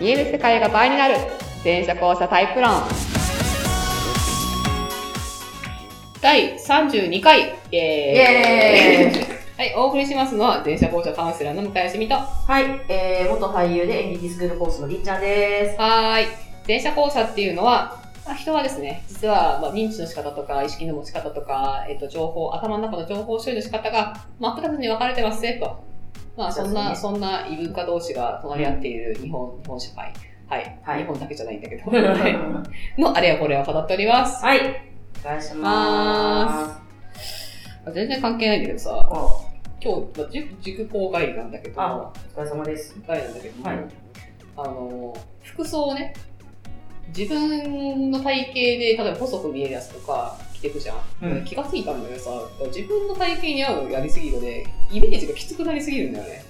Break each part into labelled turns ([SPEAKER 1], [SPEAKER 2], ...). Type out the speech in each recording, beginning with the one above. [SPEAKER 1] 見える世界が倍になる全社交差タイプ論第32回イエーイ
[SPEAKER 2] イエーイ
[SPEAKER 1] はい、お送りしますのは全社交社カウンセラーの向井しみとは
[SPEAKER 2] はい、えー、元俳優で演劇スクールコースのりんちゃんです。
[SPEAKER 1] ーい全社交差っていうのはまあ人はですね、実は、まあ、認知の仕方とか、意識の持ち方とか、えっ、と、情報、頭の中の情報処理の仕方が、まあ、二つに分かれてますね、と。まあ、そんな、そ
[SPEAKER 2] そ
[SPEAKER 1] んな異文化同士が隣り合っている日本、日本社会。はい。
[SPEAKER 2] はい
[SPEAKER 1] 日本だけじゃないんだけ ど。はい
[SPEAKER 2] は
[SPEAKER 1] のあれやこれを語っております。
[SPEAKER 2] い、お願いしま
[SPEAKER 1] 全然関係ないんだけど
[SPEAKER 2] す。
[SPEAKER 1] さ、
[SPEAKER 2] お
[SPEAKER 1] 今日、まあ、塾塾講帰りなんだけど、
[SPEAKER 2] あお疲れ様です。
[SPEAKER 1] 帰りなんだけど、
[SPEAKER 2] はい
[SPEAKER 1] あの、服装をね、自分の体型で、例えば細く見えるやつとか着てくじゃん。
[SPEAKER 2] うん
[SPEAKER 1] 気がついたんだけどさ、自分の体型に合うやりすぎるので、イメージがきつくなりすぎるんだよね。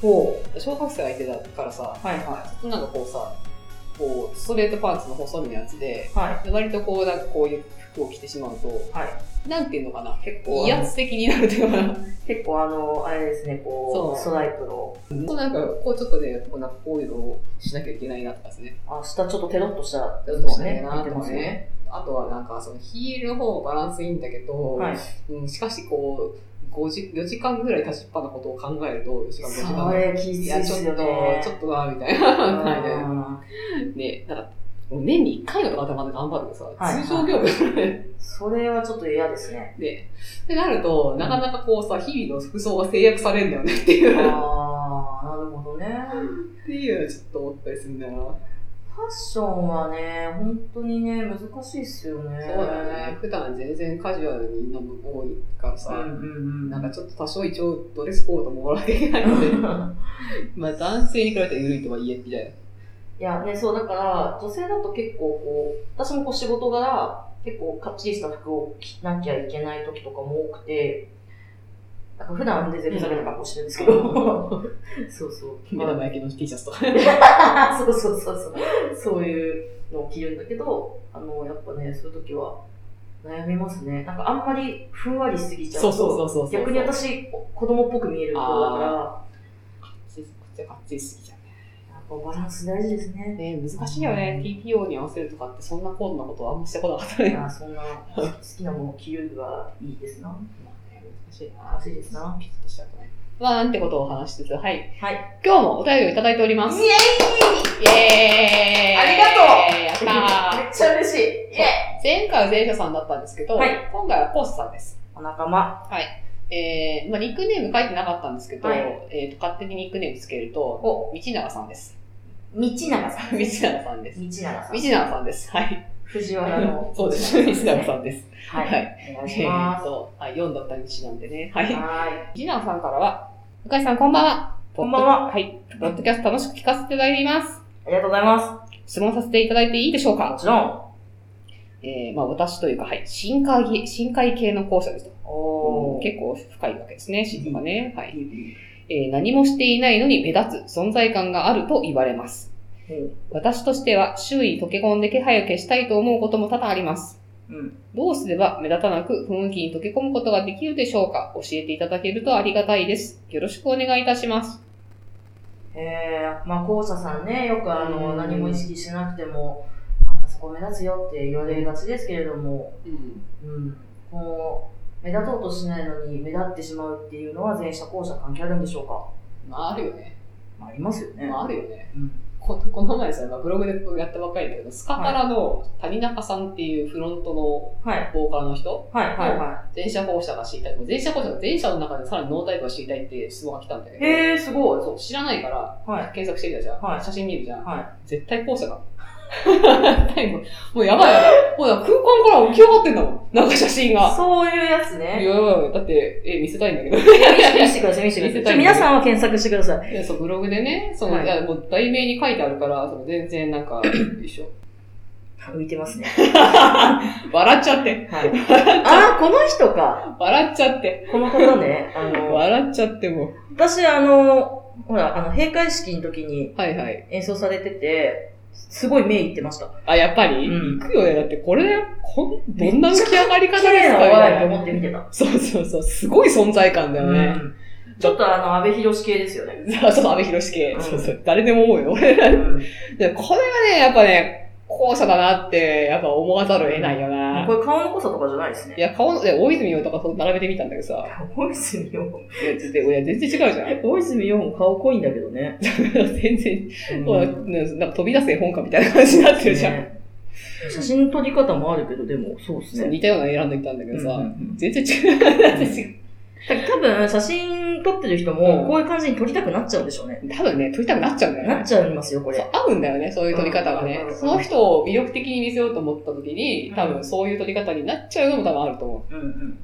[SPEAKER 2] ほ
[SPEAKER 1] 小学生相手だからさ、
[SPEAKER 2] う。はいは
[SPEAKER 1] なんかこうさ、こう、ストレートパンツの細身のやつで、
[SPEAKER 2] い。は
[SPEAKER 1] 割とこう、なんかこういう服を着てしまうと、
[SPEAKER 2] い。は
[SPEAKER 1] なんていうのかな、
[SPEAKER 2] い。結構、
[SPEAKER 1] 威圧的になるというかな、
[SPEAKER 2] 結構あの、あれですね、こう、
[SPEAKER 1] そう
[SPEAKER 2] ストライプの、
[SPEAKER 1] そうなんかこうちょっとね、こうなんかこういうのをしなきゃいけないなとかですね。
[SPEAKER 2] あ、下ちょっとテロッとしたやつ
[SPEAKER 1] ち
[SPEAKER 2] で
[SPEAKER 1] ょっとし
[SPEAKER 2] す
[SPEAKER 1] なきゃいけ
[SPEAKER 2] ね。
[SPEAKER 1] ないなと
[SPEAKER 2] 出て
[SPEAKER 1] か
[SPEAKER 2] ますね。
[SPEAKER 1] ね。あとはなんかそのヒールの方もバランスいいんだけど、
[SPEAKER 2] はい。
[SPEAKER 1] うん、しかしこう、5時、4時間ぐらい立ちっぱなことを考えると、4時間、5時間
[SPEAKER 2] それ、きつ
[SPEAKER 1] い
[SPEAKER 2] い
[SPEAKER 1] や、
[SPEAKER 2] で
[SPEAKER 1] ちょっ
[SPEAKER 2] す
[SPEAKER 1] と、
[SPEAKER 2] よね。
[SPEAKER 1] ちょ
[SPEAKER 2] っ
[SPEAKER 1] っと な、みたいな。
[SPEAKER 2] と
[SPEAKER 1] はいねね、なんか、もう年に1回の頭で頑張るとさ、
[SPEAKER 2] はい
[SPEAKER 1] 通常業務
[SPEAKER 2] それはちょっと嫌です ね。
[SPEAKER 1] で、ってなると、なかなかこうさ、日々の服装が制約されるんだよねっていう、っ
[SPEAKER 2] あー、なるほどね。
[SPEAKER 1] ていう、ちょっと思ったりするんだよな。
[SPEAKER 2] ファッションはね、本当にね、難しいっすよね。
[SPEAKER 1] そうだよね。。普段全然カジュアルに飲む多いから
[SPEAKER 2] う
[SPEAKER 1] さ、
[SPEAKER 2] んうんうん。
[SPEAKER 1] なんかちょっと多少一応ドレスコードもらわなきゃいけないので、まあ男性に比べて緩いとはいえ、み たいな。
[SPEAKER 2] いや、ね、そう、だから、女性だと結構こう、私もこう仕事柄、結構かっちりした服を着なきゃいけない時とかも多くて、なんか普段は全然ふざけた格好してるんですけど、 そうそう。
[SPEAKER 1] 目玉焼きの T シャツとか。
[SPEAKER 2] そうそうそうそう。そういうのを着るんだけど、あの、やっぱね、そういう時は悩みますね。なんかあんまりふんわりしすぎちゃう
[SPEAKER 1] そう
[SPEAKER 2] と、
[SPEAKER 1] そうそうそうそう。
[SPEAKER 2] 逆に私、子供っぽく見える方だから、
[SPEAKER 1] こっち、こっちはガッツリすぎちゃう
[SPEAKER 2] やっぱバランス大事です ね。
[SPEAKER 1] ね。ね難しいよね。TPO に合わせるとかってそんな高度なことはあんましてこなかった
[SPEAKER 2] い
[SPEAKER 1] ね。
[SPEAKER 2] や、そんな好きなものを着るはいいですな。
[SPEAKER 1] まあね難しいな。
[SPEAKER 2] 難しいですな
[SPEAKER 1] ピッとしちゃうとね。まあ、なんてことをお話しつつ、はい。
[SPEAKER 2] はい。
[SPEAKER 1] 今日もお便りをいただいております。イ
[SPEAKER 2] エ
[SPEAKER 1] エーイ
[SPEAKER 2] ありがと
[SPEAKER 1] やっ
[SPEAKER 2] め
[SPEAKER 1] たー
[SPEAKER 2] っちゃ嬉しいイエイ
[SPEAKER 1] 前回は前者さんだったんですけど、
[SPEAKER 2] はい
[SPEAKER 1] 今回はコースさんです。
[SPEAKER 2] お仲間。
[SPEAKER 1] えー、まあ、ニックネーム書いてなかったんですけど、
[SPEAKER 2] はい
[SPEAKER 1] えーと、勝手にニックネームつけると、
[SPEAKER 2] お、
[SPEAKER 1] 道永さん です。
[SPEAKER 2] 道長さ
[SPEAKER 1] 道
[SPEAKER 2] ん。
[SPEAKER 1] 永さんです。
[SPEAKER 2] 道長さ
[SPEAKER 1] 道
[SPEAKER 2] ん。
[SPEAKER 1] 永さんです。はい。
[SPEAKER 2] 藤原の。
[SPEAKER 1] そうです。道永さんです。
[SPEAKER 2] はい。お願いし
[SPEAKER 1] え
[SPEAKER 2] ま
[SPEAKER 1] ー
[SPEAKER 2] す。
[SPEAKER 1] と、はい、4だった道なんでね。はい。
[SPEAKER 2] は
[SPEAKER 1] 道永さんからは、向井さんこんばんは。
[SPEAKER 2] こんばんは
[SPEAKER 1] はい。ポッドキャスト楽しく聞かせていただいています。
[SPEAKER 2] い。ありがとうございます。
[SPEAKER 1] 質問させていただいていいでしょう
[SPEAKER 2] も
[SPEAKER 1] か
[SPEAKER 2] ちろん。
[SPEAKER 1] えー、まあ私というか、はい、深海系、深海系の校舎ですと。
[SPEAKER 2] おー。
[SPEAKER 1] 結構深いわけですね、知識がね。はい。
[SPEAKER 2] うん
[SPEAKER 1] えー何もしていないのに目立つ存在感があると言われます。私としては周囲に溶け込んで気配を消したいと思うことも多々あります。
[SPEAKER 2] うん
[SPEAKER 1] どうすれば目立たなく雰囲気に溶け込むことができるでしょうか教えていただけるとありがたいです。よろしくお願いいたします。
[SPEAKER 2] えー、まあ、校舎さんね、よくあ
[SPEAKER 1] う
[SPEAKER 2] の、
[SPEAKER 1] ん
[SPEAKER 2] 何も意識しなくても、あんたそこ目立つよって言われがちですけれども、うん、こう目立とうとしないのに目立ってしまうっていうのは前者後者関係あるんでしょうか、
[SPEAKER 1] まああるよね。
[SPEAKER 2] まあ、ありますよね、
[SPEAKER 1] あるよね。
[SPEAKER 2] うん、
[SPEAKER 1] ここの前さ、まあブログでやったばっかりだけど、スカパラの谷中さんっていうフロントの
[SPEAKER 2] はい
[SPEAKER 1] ボーカルの人、
[SPEAKER 2] はいはいは
[SPEAKER 1] 前者後者が知りたい。前者後者が前者の中でさらにノータイプが知りたいって質問が来たんだけ
[SPEAKER 2] い
[SPEAKER 1] ど、
[SPEAKER 2] へえすごい
[SPEAKER 1] そう知らないから、
[SPEAKER 2] はい
[SPEAKER 1] 検索してみたじゃん、
[SPEAKER 2] はい
[SPEAKER 1] 写真見るじゃん、
[SPEAKER 2] は
[SPEAKER 1] 絶対校舎だ 絶対もうもうやばいやばいもうだから空間から浮き上がってんだもんなんか写真が
[SPEAKER 2] そういうやつ
[SPEAKER 1] いや
[SPEAKER 2] ね
[SPEAKER 1] やばいやばいだってえ見せたいんだ けど
[SPEAKER 2] 見せてくださ い見せてください
[SPEAKER 1] 見せ
[SPEAKER 2] ち
[SPEAKER 1] たい
[SPEAKER 2] ょ皆さんは検索してください
[SPEAKER 1] いやそうブログでねその、
[SPEAKER 2] はい
[SPEAKER 1] い、やもう題名に書いてあるからその全然なんか 一緒
[SPEAKER 2] 浮いてますね、
[SPEAKER 1] 笑っちゃって
[SPEAKER 2] はい、ああこの人か
[SPEAKER 1] 笑っちゃって
[SPEAKER 2] この方ねあ の
[SPEAKER 1] 笑っちゃってもう
[SPEAKER 2] 私あのほらあの閉会式の時に
[SPEAKER 1] はいはい
[SPEAKER 2] 演奏されててすごい目いってました
[SPEAKER 1] あやっぱり、
[SPEAKER 2] うん
[SPEAKER 1] 行くよねだってこれこんどんな浮き上がり方
[SPEAKER 2] 綺
[SPEAKER 1] で
[SPEAKER 2] 麗
[SPEAKER 1] す
[SPEAKER 2] な
[SPEAKER 1] か
[SPEAKER 2] お笑
[SPEAKER 1] みたい
[SPEAKER 2] いと
[SPEAKER 1] な
[SPEAKER 2] 思って見てた
[SPEAKER 1] そうそうそうすごい存在感だよね、
[SPEAKER 2] うんちょっとあの、安倍博士系ですよね。
[SPEAKER 1] そう、安倍博士系
[SPEAKER 2] う。ん
[SPEAKER 1] そうそう。誰でも思うよ。俺らでもこれはね、やっぱね、後者だなって、やっぱ思わざるを得ないよな。
[SPEAKER 2] これ顔の濃さとかじゃないです
[SPEAKER 1] い
[SPEAKER 2] ね。
[SPEAKER 1] や、顔の、で大泉洋とかそう並べてみたんだけどさ。
[SPEAKER 2] 大泉洋。
[SPEAKER 1] いや、全然いや全然違うじゃん。
[SPEAKER 2] 大泉洋も顔濃いんだけどね。
[SPEAKER 1] 全然、
[SPEAKER 2] う
[SPEAKER 1] ほら
[SPEAKER 2] ん
[SPEAKER 1] なんか飛び出す絵本かみたいな感じになってるじゃん。
[SPEAKER 2] ね写真撮り方もあるけど、でも、そうです
[SPEAKER 1] そう
[SPEAKER 2] ね。
[SPEAKER 1] 似たようなの選んできたんだけ
[SPEAKER 2] うん
[SPEAKER 1] ど
[SPEAKER 2] うん
[SPEAKER 1] さ。
[SPEAKER 2] うん
[SPEAKER 1] 全然違う。 全然違う
[SPEAKER 2] だから多分、写真撮ってる人
[SPEAKER 1] うん
[SPEAKER 2] も、こういう感じに撮りたくなっちゃうんでしょうね。
[SPEAKER 1] 多分ね、撮りたくなっちゃうんだよね
[SPEAKER 2] なっ。ちゃいますよ、こ
[SPEAKER 1] そう
[SPEAKER 2] れ。
[SPEAKER 1] 合うんだよね、そういう撮り方がね
[SPEAKER 2] うんうんうん。うん
[SPEAKER 1] その人を魅力的に見せようと思った時に、多
[SPEAKER 2] う
[SPEAKER 1] 分
[SPEAKER 2] ん
[SPEAKER 1] そういう撮り方になっちゃうのも多分あると思
[SPEAKER 2] うんうん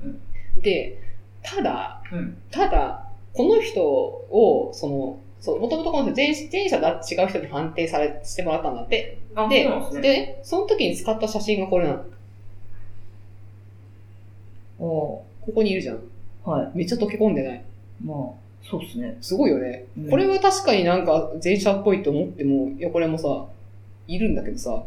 [SPEAKER 1] う。で、ただ、
[SPEAKER 2] うん。うん。
[SPEAKER 1] ただ、この人を、その、そう、もともとこの人前前者とは違う人に判定され、してもらったんだって。
[SPEAKER 2] あ
[SPEAKER 1] で
[SPEAKER 2] そうなんで
[SPEAKER 1] で
[SPEAKER 2] すね。
[SPEAKER 1] ね、その時に使った写真がこれなの。
[SPEAKER 2] お
[SPEAKER 1] ここにいるじゃん。
[SPEAKER 2] はい。
[SPEAKER 1] めっちゃ溶け込んでない。
[SPEAKER 2] まあ、そうですね。
[SPEAKER 1] すごいよね。
[SPEAKER 2] うん
[SPEAKER 1] これは確かになんか前者っぽいと思っても、いや、これもさ、いるんだけどさ、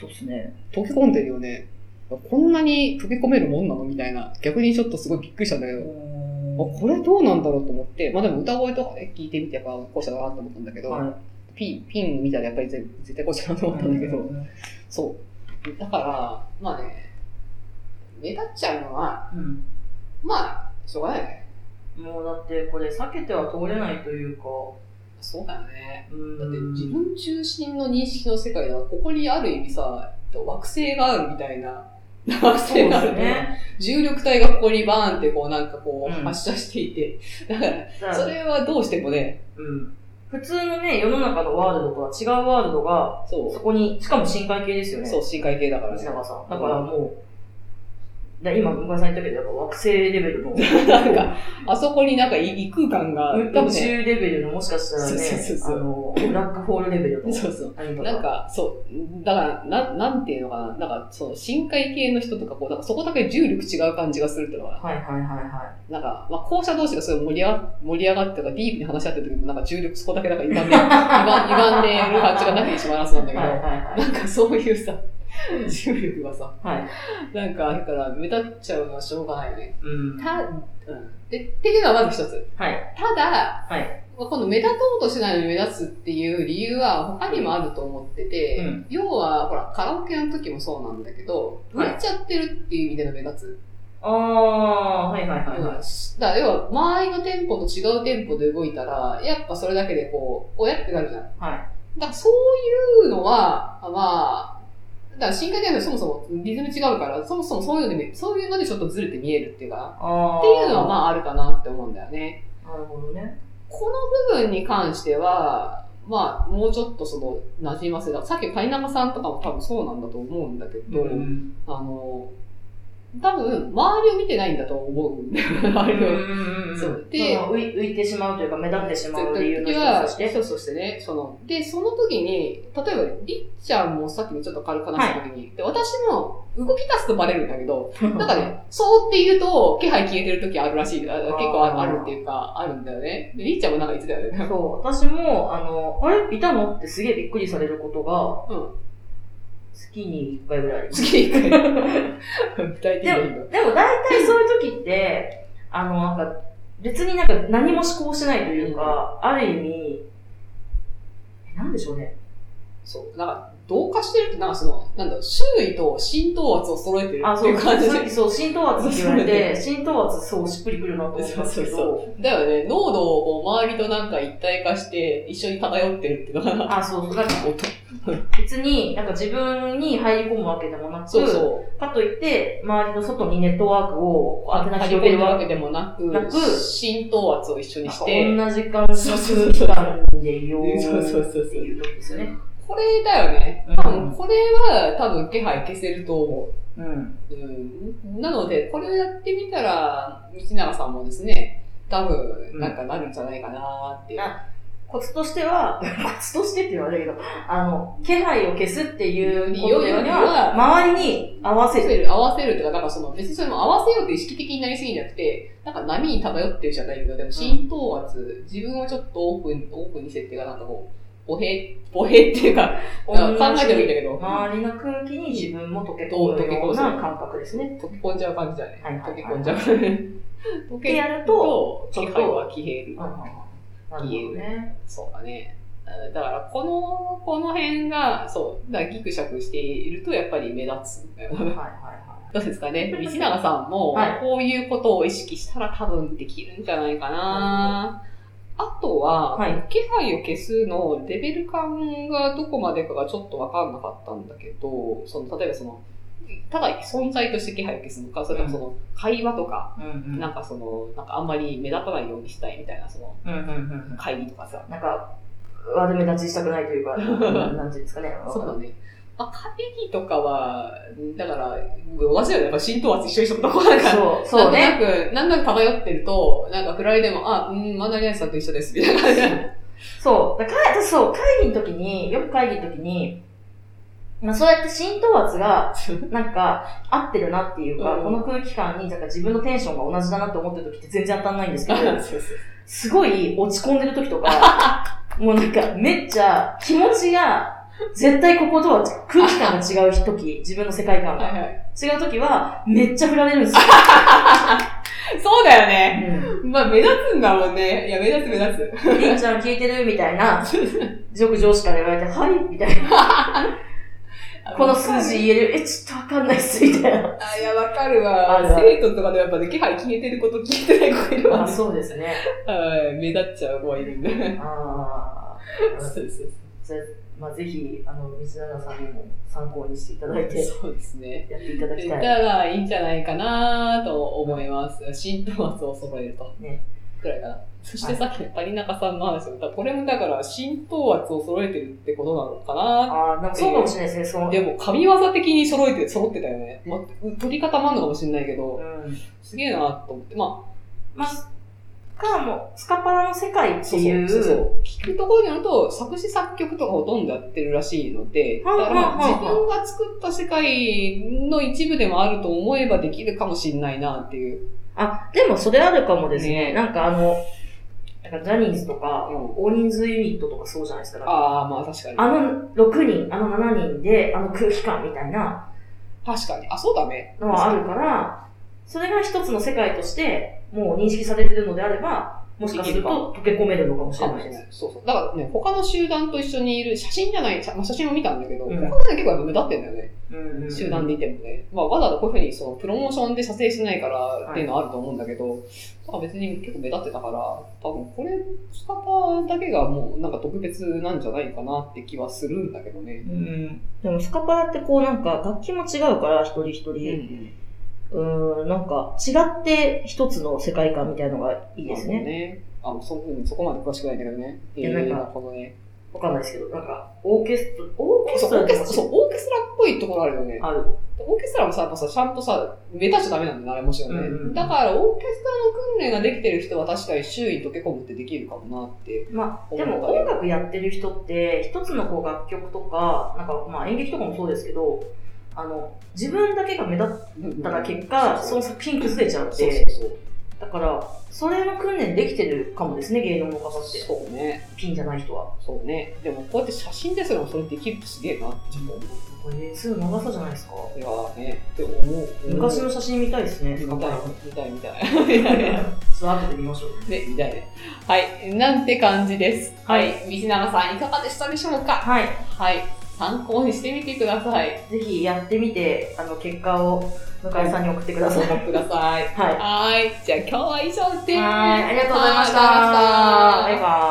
[SPEAKER 2] そうですね。
[SPEAKER 1] 溶け込んでるよね。こんなに溶け込めるもんなのみたいな。逆にちょっとすごいびっくりしたんだけ
[SPEAKER 2] うー
[SPEAKER 1] ど、あ、
[SPEAKER 2] ん
[SPEAKER 1] これどうなんだろうと思って、まあでも歌声とかね聞いてみてやっぱ校舎だなと思ったんだけど、
[SPEAKER 2] は
[SPEAKER 1] ピン、ピン見たらやっぱり絶絶対校舎だなと
[SPEAKER 2] い。
[SPEAKER 1] 思ったんだけど、
[SPEAKER 2] うんうん
[SPEAKER 1] そう。だから、まあね、目立っちゃうのは、
[SPEAKER 2] うん。
[SPEAKER 1] まあ、しょうがないよね。
[SPEAKER 2] もうだってこれ避けては通れないというか、
[SPEAKER 1] そうだよね。
[SPEAKER 2] うーん
[SPEAKER 1] だって自分中心の認識の世界は、ここにある意味さ、惑星があるみたいな。惑
[SPEAKER 2] そう
[SPEAKER 1] 星
[SPEAKER 2] で
[SPEAKER 1] があ
[SPEAKER 2] す
[SPEAKER 1] るね。
[SPEAKER 2] ね。
[SPEAKER 1] 重力体がここにバーンってこうなんかこ
[SPEAKER 2] う
[SPEAKER 1] うん発射していて、だから
[SPEAKER 2] だか
[SPEAKER 1] そ
[SPEAKER 2] ら
[SPEAKER 1] れはどうしてもね、
[SPEAKER 2] うん、普通のね、世の中のワールドとは違うワールドが、
[SPEAKER 1] そう、
[SPEAKER 2] そこに、しかも深海系ですよね。
[SPEAKER 1] そう、深海系だから
[SPEAKER 2] 西
[SPEAKER 1] ね。
[SPEAKER 2] 永さん。だからもう、だ今、向井さん言ったけど、やっぱ惑星レベル の、
[SPEAKER 1] なんか、あそこになんか異空間が、
[SPEAKER 2] 宇
[SPEAKER 1] 多分ね、
[SPEAKER 2] 宙レベルの、もしかしたらね
[SPEAKER 1] そうそうそう、そ
[SPEAKER 2] あ
[SPEAKER 1] う
[SPEAKER 2] の、ブラックホールレベルの、
[SPEAKER 1] そうそう。
[SPEAKER 2] 何と
[SPEAKER 1] なん
[SPEAKER 2] か。
[SPEAKER 1] か、そう、だから、ななんていうのかな、なんか、その、深海系の人とか、こう、なんかそこだけ重力違う感じがするっていうのが、
[SPEAKER 2] はいはいはいはい。
[SPEAKER 1] なんか、まあ、校舎同士がすごい盛り上が盛り上がってとか、ディープに話し合ってる時も、なんか重力そこだけなんか歪 んで、歪んでる感じがなきにしもあらずなんだけど、
[SPEAKER 2] はいはいはい。
[SPEAKER 1] なんかそういうさ、重力がさ、
[SPEAKER 2] はい。
[SPEAKER 1] なんか、だから、目立っちゃうのはしょうがないよね。
[SPEAKER 2] うん。
[SPEAKER 1] た、うん。で、っていうのはまず一つ。
[SPEAKER 2] はい。
[SPEAKER 1] ただ、
[SPEAKER 2] はい。
[SPEAKER 1] まあこの目立とうとしないのに目立つっていう理由は他にもあると思ってて、
[SPEAKER 2] うん
[SPEAKER 1] 要は、ほら、カラオケの時もそうなんだけど、売
[SPEAKER 2] はい
[SPEAKER 1] れちゃってるっていう意味での目立つ。
[SPEAKER 2] ああ、はいはいはいはい。
[SPEAKER 1] うんだから、要は、周りの店舗と違う店舗で動いたら、やっぱそれだけでこう、おやってなるじゃん。
[SPEAKER 2] はい。
[SPEAKER 1] だからそういうのは、まあ、だから深海ではそもそもリズム違うから、そもそもそういうので、そういうのでちょっとずれて見えるっていうか、
[SPEAKER 2] あー
[SPEAKER 1] っていうのはまああるかなって思うんだよね。
[SPEAKER 2] なるほどね。
[SPEAKER 1] この部分に関しては、まあ、もうちょっとその、馴染ませだ。さっきカニナマさんとかも多分そうなんだと思うんだけど、
[SPEAKER 2] ん。
[SPEAKER 1] あの、多分、周りを見てないんだと思うんだよ。周りを
[SPEAKER 2] うん
[SPEAKER 1] そ
[SPEAKER 2] そうう。
[SPEAKER 1] で
[SPEAKER 2] で、浮い浮いてしまうというか、目立ってしまう理由の一つとし
[SPEAKER 1] そ
[SPEAKER 2] て。
[SPEAKER 1] うそうしてね、その、で、その時に、例えば、りっちゃんもさっきもちょっと軽く話した時に、で、私も動き出すとバレるんだけど、なんかね、そうって言うと、気配消えてる時あるらしい、あ結構ある
[SPEAKER 2] あ
[SPEAKER 1] あ
[SPEAKER 2] ー
[SPEAKER 1] るっていうか、あるんだよね。で、りっちゃんもなんか言ってたよね。
[SPEAKER 2] そう、私も、あの、あれいたのってすげえびっくりされることが、
[SPEAKER 1] うん
[SPEAKER 2] 月に1回ぐらい。
[SPEAKER 1] 次行く。具体的
[SPEAKER 2] でも
[SPEAKER 1] に。、
[SPEAKER 2] でも大体そういう時って、あの、なんか、別になんか何も思考してないというか、ある意味、えなんでしょうね。
[SPEAKER 1] そう。なんか、同化してるって、なんかその、なんだろう、周囲と浸透圧を揃えてる
[SPEAKER 2] あ、
[SPEAKER 1] って
[SPEAKER 2] そ、
[SPEAKER 1] いうう感じ
[SPEAKER 2] さっきそう、浸透圧って言われ
[SPEAKER 1] そうだね
[SPEAKER 2] て、浸透圧、そう、しっくりくるなと思ったんですけ
[SPEAKER 1] そう
[SPEAKER 2] ど、
[SPEAKER 1] だよね、濃度をこう周りとなんか一体化して、一緒に漂ってるっていうのかな。
[SPEAKER 2] あ、そう、なんか
[SPEAKER 1] 音
[SPEAKER 2] 別に、なんか自分に入り込むわけでもなく、
[SPEAKER 1] そうそう。
[SPEAKER 2] かといって、周りの外にネットワークをこう当てなし
[SPEAKER 1] 張り込んで
[SPEAKER 2] 広げる
[SPEAKER 1] るわ
[SPEAKER 2] わ
[SPEAKER 1] け
[SPEAKER 2] け
[SPEAKER 1] でもなく、
[SPEAKER 2] なく
[SPEAKER 1] 浸透圧を一緒にして、
[SPEAKER 2] 同じ感じ
[SPEAKER 1] そ
[SPEAKER 2] の
[SPEAKER 1] うそうそう
[SPEAKER 2] 空間でいようって
[SPEAKER 1] そうそうそうそう
[SPEAKER 2] いうことですよね。
[SPEAKER 1] これだよね。
[SPEAKER 2] うん
[SPEAKER 1] 多分、これは多分気配消せると思
[SPEAKER 2] うん。
[SPEAKER 1] う。うん、なので、これをやってみたら、道永さんもですね、多分、なんかなるんじゃないかなっていう。
[SPEAKER 2] あコツとしては、 コツとしてって言われるけど、あの、気配を消すっていうことよりは、周りに合わせ
[SPEAKER 1] 合わ
[SPEAKER 2] る。
[SPEAKER 1] せる、合わせるとか、なんかその、別にそれも合わせようという意識的になりすぎじゃなくて、なんか波に漂ってるじゃないけど、でも浸透圧、自分をちょっとオープン、オープンにしてっていうか、なんかこう、歩兵、歩兵っていうか、
[SPEAKER 2] 同
[SPEAKER 1] あ
[SPEAKER 2] じ
[SPEAKER 1] 考えてもいいんだけど、
[SPEAKER 2] 周りの空気に自分も溶け込むような感覚ですね。
[SPEAKER 1] 溶け込んじゃう感じだね。
[SPEAKER 2] はいはいはい
[SPEAKER 1] 溶け込んじゃう。時
[SPEAKER 2] て
[SPEAKER 1] 計
[SPEAKER 2] やると、ち
[SPEAKER 1] 機
[SPEAKER 2] ょっと
[SPEAKER 1] 械は消える。
[SPEAKER 2] なるほどね。
[SPEAKER 1] そうだね。うんだから、この、この辺が、そう、だからギクシャクしていると、やっぱり目立つんだよな。
[SPEAKER 2] はいはいは
[SPEAKER 1] どうですか ね道永さんも
[SPEAKER 2] はい、
[SPEAKER 1] こういうことを意識したら多分できるんじゃないかな。あとは、
[SPEAKER 2] はい
[SPEAKER 1] 気配を消すのレベル感がどこまでかがちょっとわかんなかったんだけど、その、例えばその、ただ存在として気配を消すのか、それともその、会話とか、
[SPEAKER 2] い。うんうん。
[SPEAKER 1] なんかその、なんかあんまり目立たないようにしたいみたいな、その、
[SPEAKER 2] うんうんうんうん。
[SPEAKER 1] 会議とかさ。
[SPEAKER 2] なんか、悪目立ちしたくない というか、なんていうんですかね。
[SPEAKER 1] そうだね。まあ、会議とかは、だから、私らやっぱ浸透圧一緒にしとくとこだから、
[SPEAKER 2] そう、そうね。
[SPEAKER 1] なんとなく、なんとなく漂ってると、なんかフライでも、あ、うん、マナリアイスさんと一緒です、みたいな感じで。
[SPEAKER 2] そう。だから会そう、会議の時に、よく会議の時に、まあそうやって浸透 圧が、なんか、合ってるなっていうか、
[SPEAKER 1] うん
[SPEAKER 2] この空気感に、なんか自分のテンションが同じだなって思ってる時って全然当たんないんですけ ど、
[SPEAKER 1] そうそう
[SPEAKER 2] すごい落ち込んでる時とか、 もうなんかめっちゃ気持ちが、絶対こことは空気感が違う時、自分の世界観
[SPEAKER 1] は
[SPEAKER 2] が。
[SPEAKER 1] いはい。
[SPEAKER 2] 違う時は、めっちゃ振られるんですよ。
[SPEAKER 1] そうだよね。
[SPEAKER 2] うん
[SPEAKER 1] まあ、目立つんだもんね。いや、目立つ目立つ。
[SPEAKER 2] りんちゃん聞いてるみたい な、上上司から言われて、はいみたいな。この数字言える。え、ちょっとわかんないっす、みたいな。
[SPEAKER 1] あ、いや、わかる
[SPEAKER 2] あ
[SPEAKER 1] わ。
[SPEAKER 2] るある
[SPEAKER 1] 生徒とかでやっぱね、気配消えてること聞いてない子いるわね。
[SPEAKER 2] そうですね。
[SPEAKER 1] はい目立っちゃう子いるんで。
[SPEAKER 2] あ
[SPEAKER 1] そう
[SPEAKER 2] あ。
[SPEAKER 1] そうそう
[SPEAKER 2] それまあ、ぜひ、あの、道永さんにも参考にしていただいて、
[SPEAKER 1] そうですね。
[SPEAKER 2] やっていただ
[SPEAKER 1] だ
[SPEAKER 2] き
[SPEAKER 1] か
[SPEAKER 2] たい。
[SPEAKER 1] らいいんじゃないかなと思います。浸透圧を揃えると。
[SPEAKER 2] ね
[SPEAKER 1] くらいかな。そしてさっきの谷中さんの話だったこれもだから浸透圧を揃えてるってことなのかな
[SPEAKER 2] ああ、なんかそうかもしれないですね、その。
[SPEAKER 1] でも神業的に揃えて、揃ってたよね。ま、取り方もあるのかもしれないけ
[SPEAKER 2] う
[SPEAKER 1] ど、
[SPEAKER 2] ん。
[SPEAKER 1] すげえなと思って。ま
[SPEAKER 2] まあ、かも、スカパラの世界
[SPEAKER 1] あ、
[SPEAKER 2] っていう、
[SPEAKER 1] そうそうそう聞くところによると、作詞作曲とかほとんどやってるらしいので、だ
[SPEAKER 2] はあ
[SPEAKER 1] からまあ
[SPEAKER 2] はあはあ
[SPEAKER 1] 自分が作った世界の一部でもあると思えばできるかもしれないなっていう。
[SPEAKER 2] あ、でもそれあるかもですね。
[SPEAKER 1] ね
[SPEAKER 2] なんかあの、なんかジャニーズとか、
[SPEAKER 1] うん
[SPEAKER 2] 大人数ユニットとかそうじゃないですか。なんか
[SPEAKER 1] ああ、まあ確かに。
[SPEAKER 2] あの6人、あの7人で、あの空気感みたいな
[SPEAKER 1] 確かに。あ、そうだね。
[SPEAKER 2] のはあるから、それが一つの世界として、もう認識されてるのであれば、もしかすると溶け込めるのかもし
[SPEAKER 1] か
[SPEAKER 2] れ
[SPEAKER 1] も
[SPEAKER 2] な
[SPEAKER 1] し
[SPEAKER 2] い
[SPEAKER 1] れ
[SPEAKER 2] で
[SPEAKER 1] な
[SPEAKER 2] す。
[SPEAKER 1] い。そうそう。だからね、他の集団と一緒にいる、写真じゃない、写まあ写真も見たんだけど、
[SPEAKER 2] うん
[SPEAKER 1] 他のね結構やっぱ目立ってんだよね。
[SPEAKER 2] うんうん
[SPEAKER 1] 集団でいてもね。まあ、わざわざこういうふうに、その、プロモーションで撮影しないからっていうのはあると思うんだけど、まあ別に結構目立ってたから、多分これ、使方だけがもうなんか特別なんじゃないかなって気はするんだけどね。
[SPEAKER 2] うんでもスカパラってこうなんか楽器も違うから、一人一
[SPEAKER 1] う
[SPEAKER 2] 人。うーん、なんか違って一つの世界観みたいのがいいですね。
[SPEAKER 1] あの、そうんそこまで詳しくないんだけどね。え
[SPEAKER 2] いやなんか
[SPEAKER 1] ーなるほどね。
[SPEAKER 2] わかんないですけど、なんかオーケストラ、オーケ
[SPEAKER 1] そう、
[SPEAKER 2] スト
[SPEAKER 1] オ
[SPEAKER 2] ラ
[SPEAKER 1] ー
[SPEAKER 2] で
[SPEAKER 1] ケ
[SPEAKER 2] も
[SPEAKER 1] ストラ、そう、オーケストラっぽいところあるよね。
[SPEAKER 2] ある。
[SPEAKER 1] オーケストラもさ、やっぱさ、ちゃんとさ、目立っちゃダメなんだよね、あれもちろんね。
[SPEAKER 2] うんうん
[SPEAKER 1] だから、オーケストラの訓練ができてる人は確かに周囲に溶け込むってできるかもなって。
[SPEAKER 2] まあ、でも音楽やってる人って、一つのこう楽曲とか、なんかまあ演劇とかもそうですけど、あの、自分だけが目立っ
[SPEAKER 1] だ
[SPEAKER 2] たら結果、そ
[SPEAKER 1] そう
[SPEAKER 2] の作品崩れちゃっ
[SPEAKER 1] そう
[SPEAKER 2] て、
[SPEAKER 1] そう
[SPEAKER 2] だから、それの訓練できてるかもですね、芸能の方って。
[SPEAKER 1] そうね。
[SPEAKER 2] ピンじゃない人は。
[SPEAKER 1] そうね。でも、こうやって写真ですらもそれできるってすげえなってちょっと思う。
[SPEAKER 2] これ、すぐ長さじゃないですか。
[SPEAKER 1] いやーね、って思う。
[SPEAKER 2] 昔の写真見たいですね。
[SPEAKER 1] み
[SPEAKER 2] ちょった
[SPEAKER 1] い、みたい、みたい。
[SPEAKER 2] と後で見ましょう。
[SPEAKER 1] ね、みたいね。はい。なんて感じです。
[SPEAKER 2] は
[SPEAKER 1] はいい。道永さん、いかがでしたでしょうか
[SPEAKER 2] はい。
[SPEAKER 1] はい。参考にしてみてください。
[SPEAKER 2] ぜひやってみて、あの、結果を向井さんに送ってください。
[SPEAKER 1] ください。
[SPEAKER 2] はい。
[SPEAKER 1] はい。じゃあ今日は以上です。
[SPEAKER 2] はい。ありがとうございました。
[SPEAKER 1] ありがとうございました
[SPEAKER 2] バイバイ。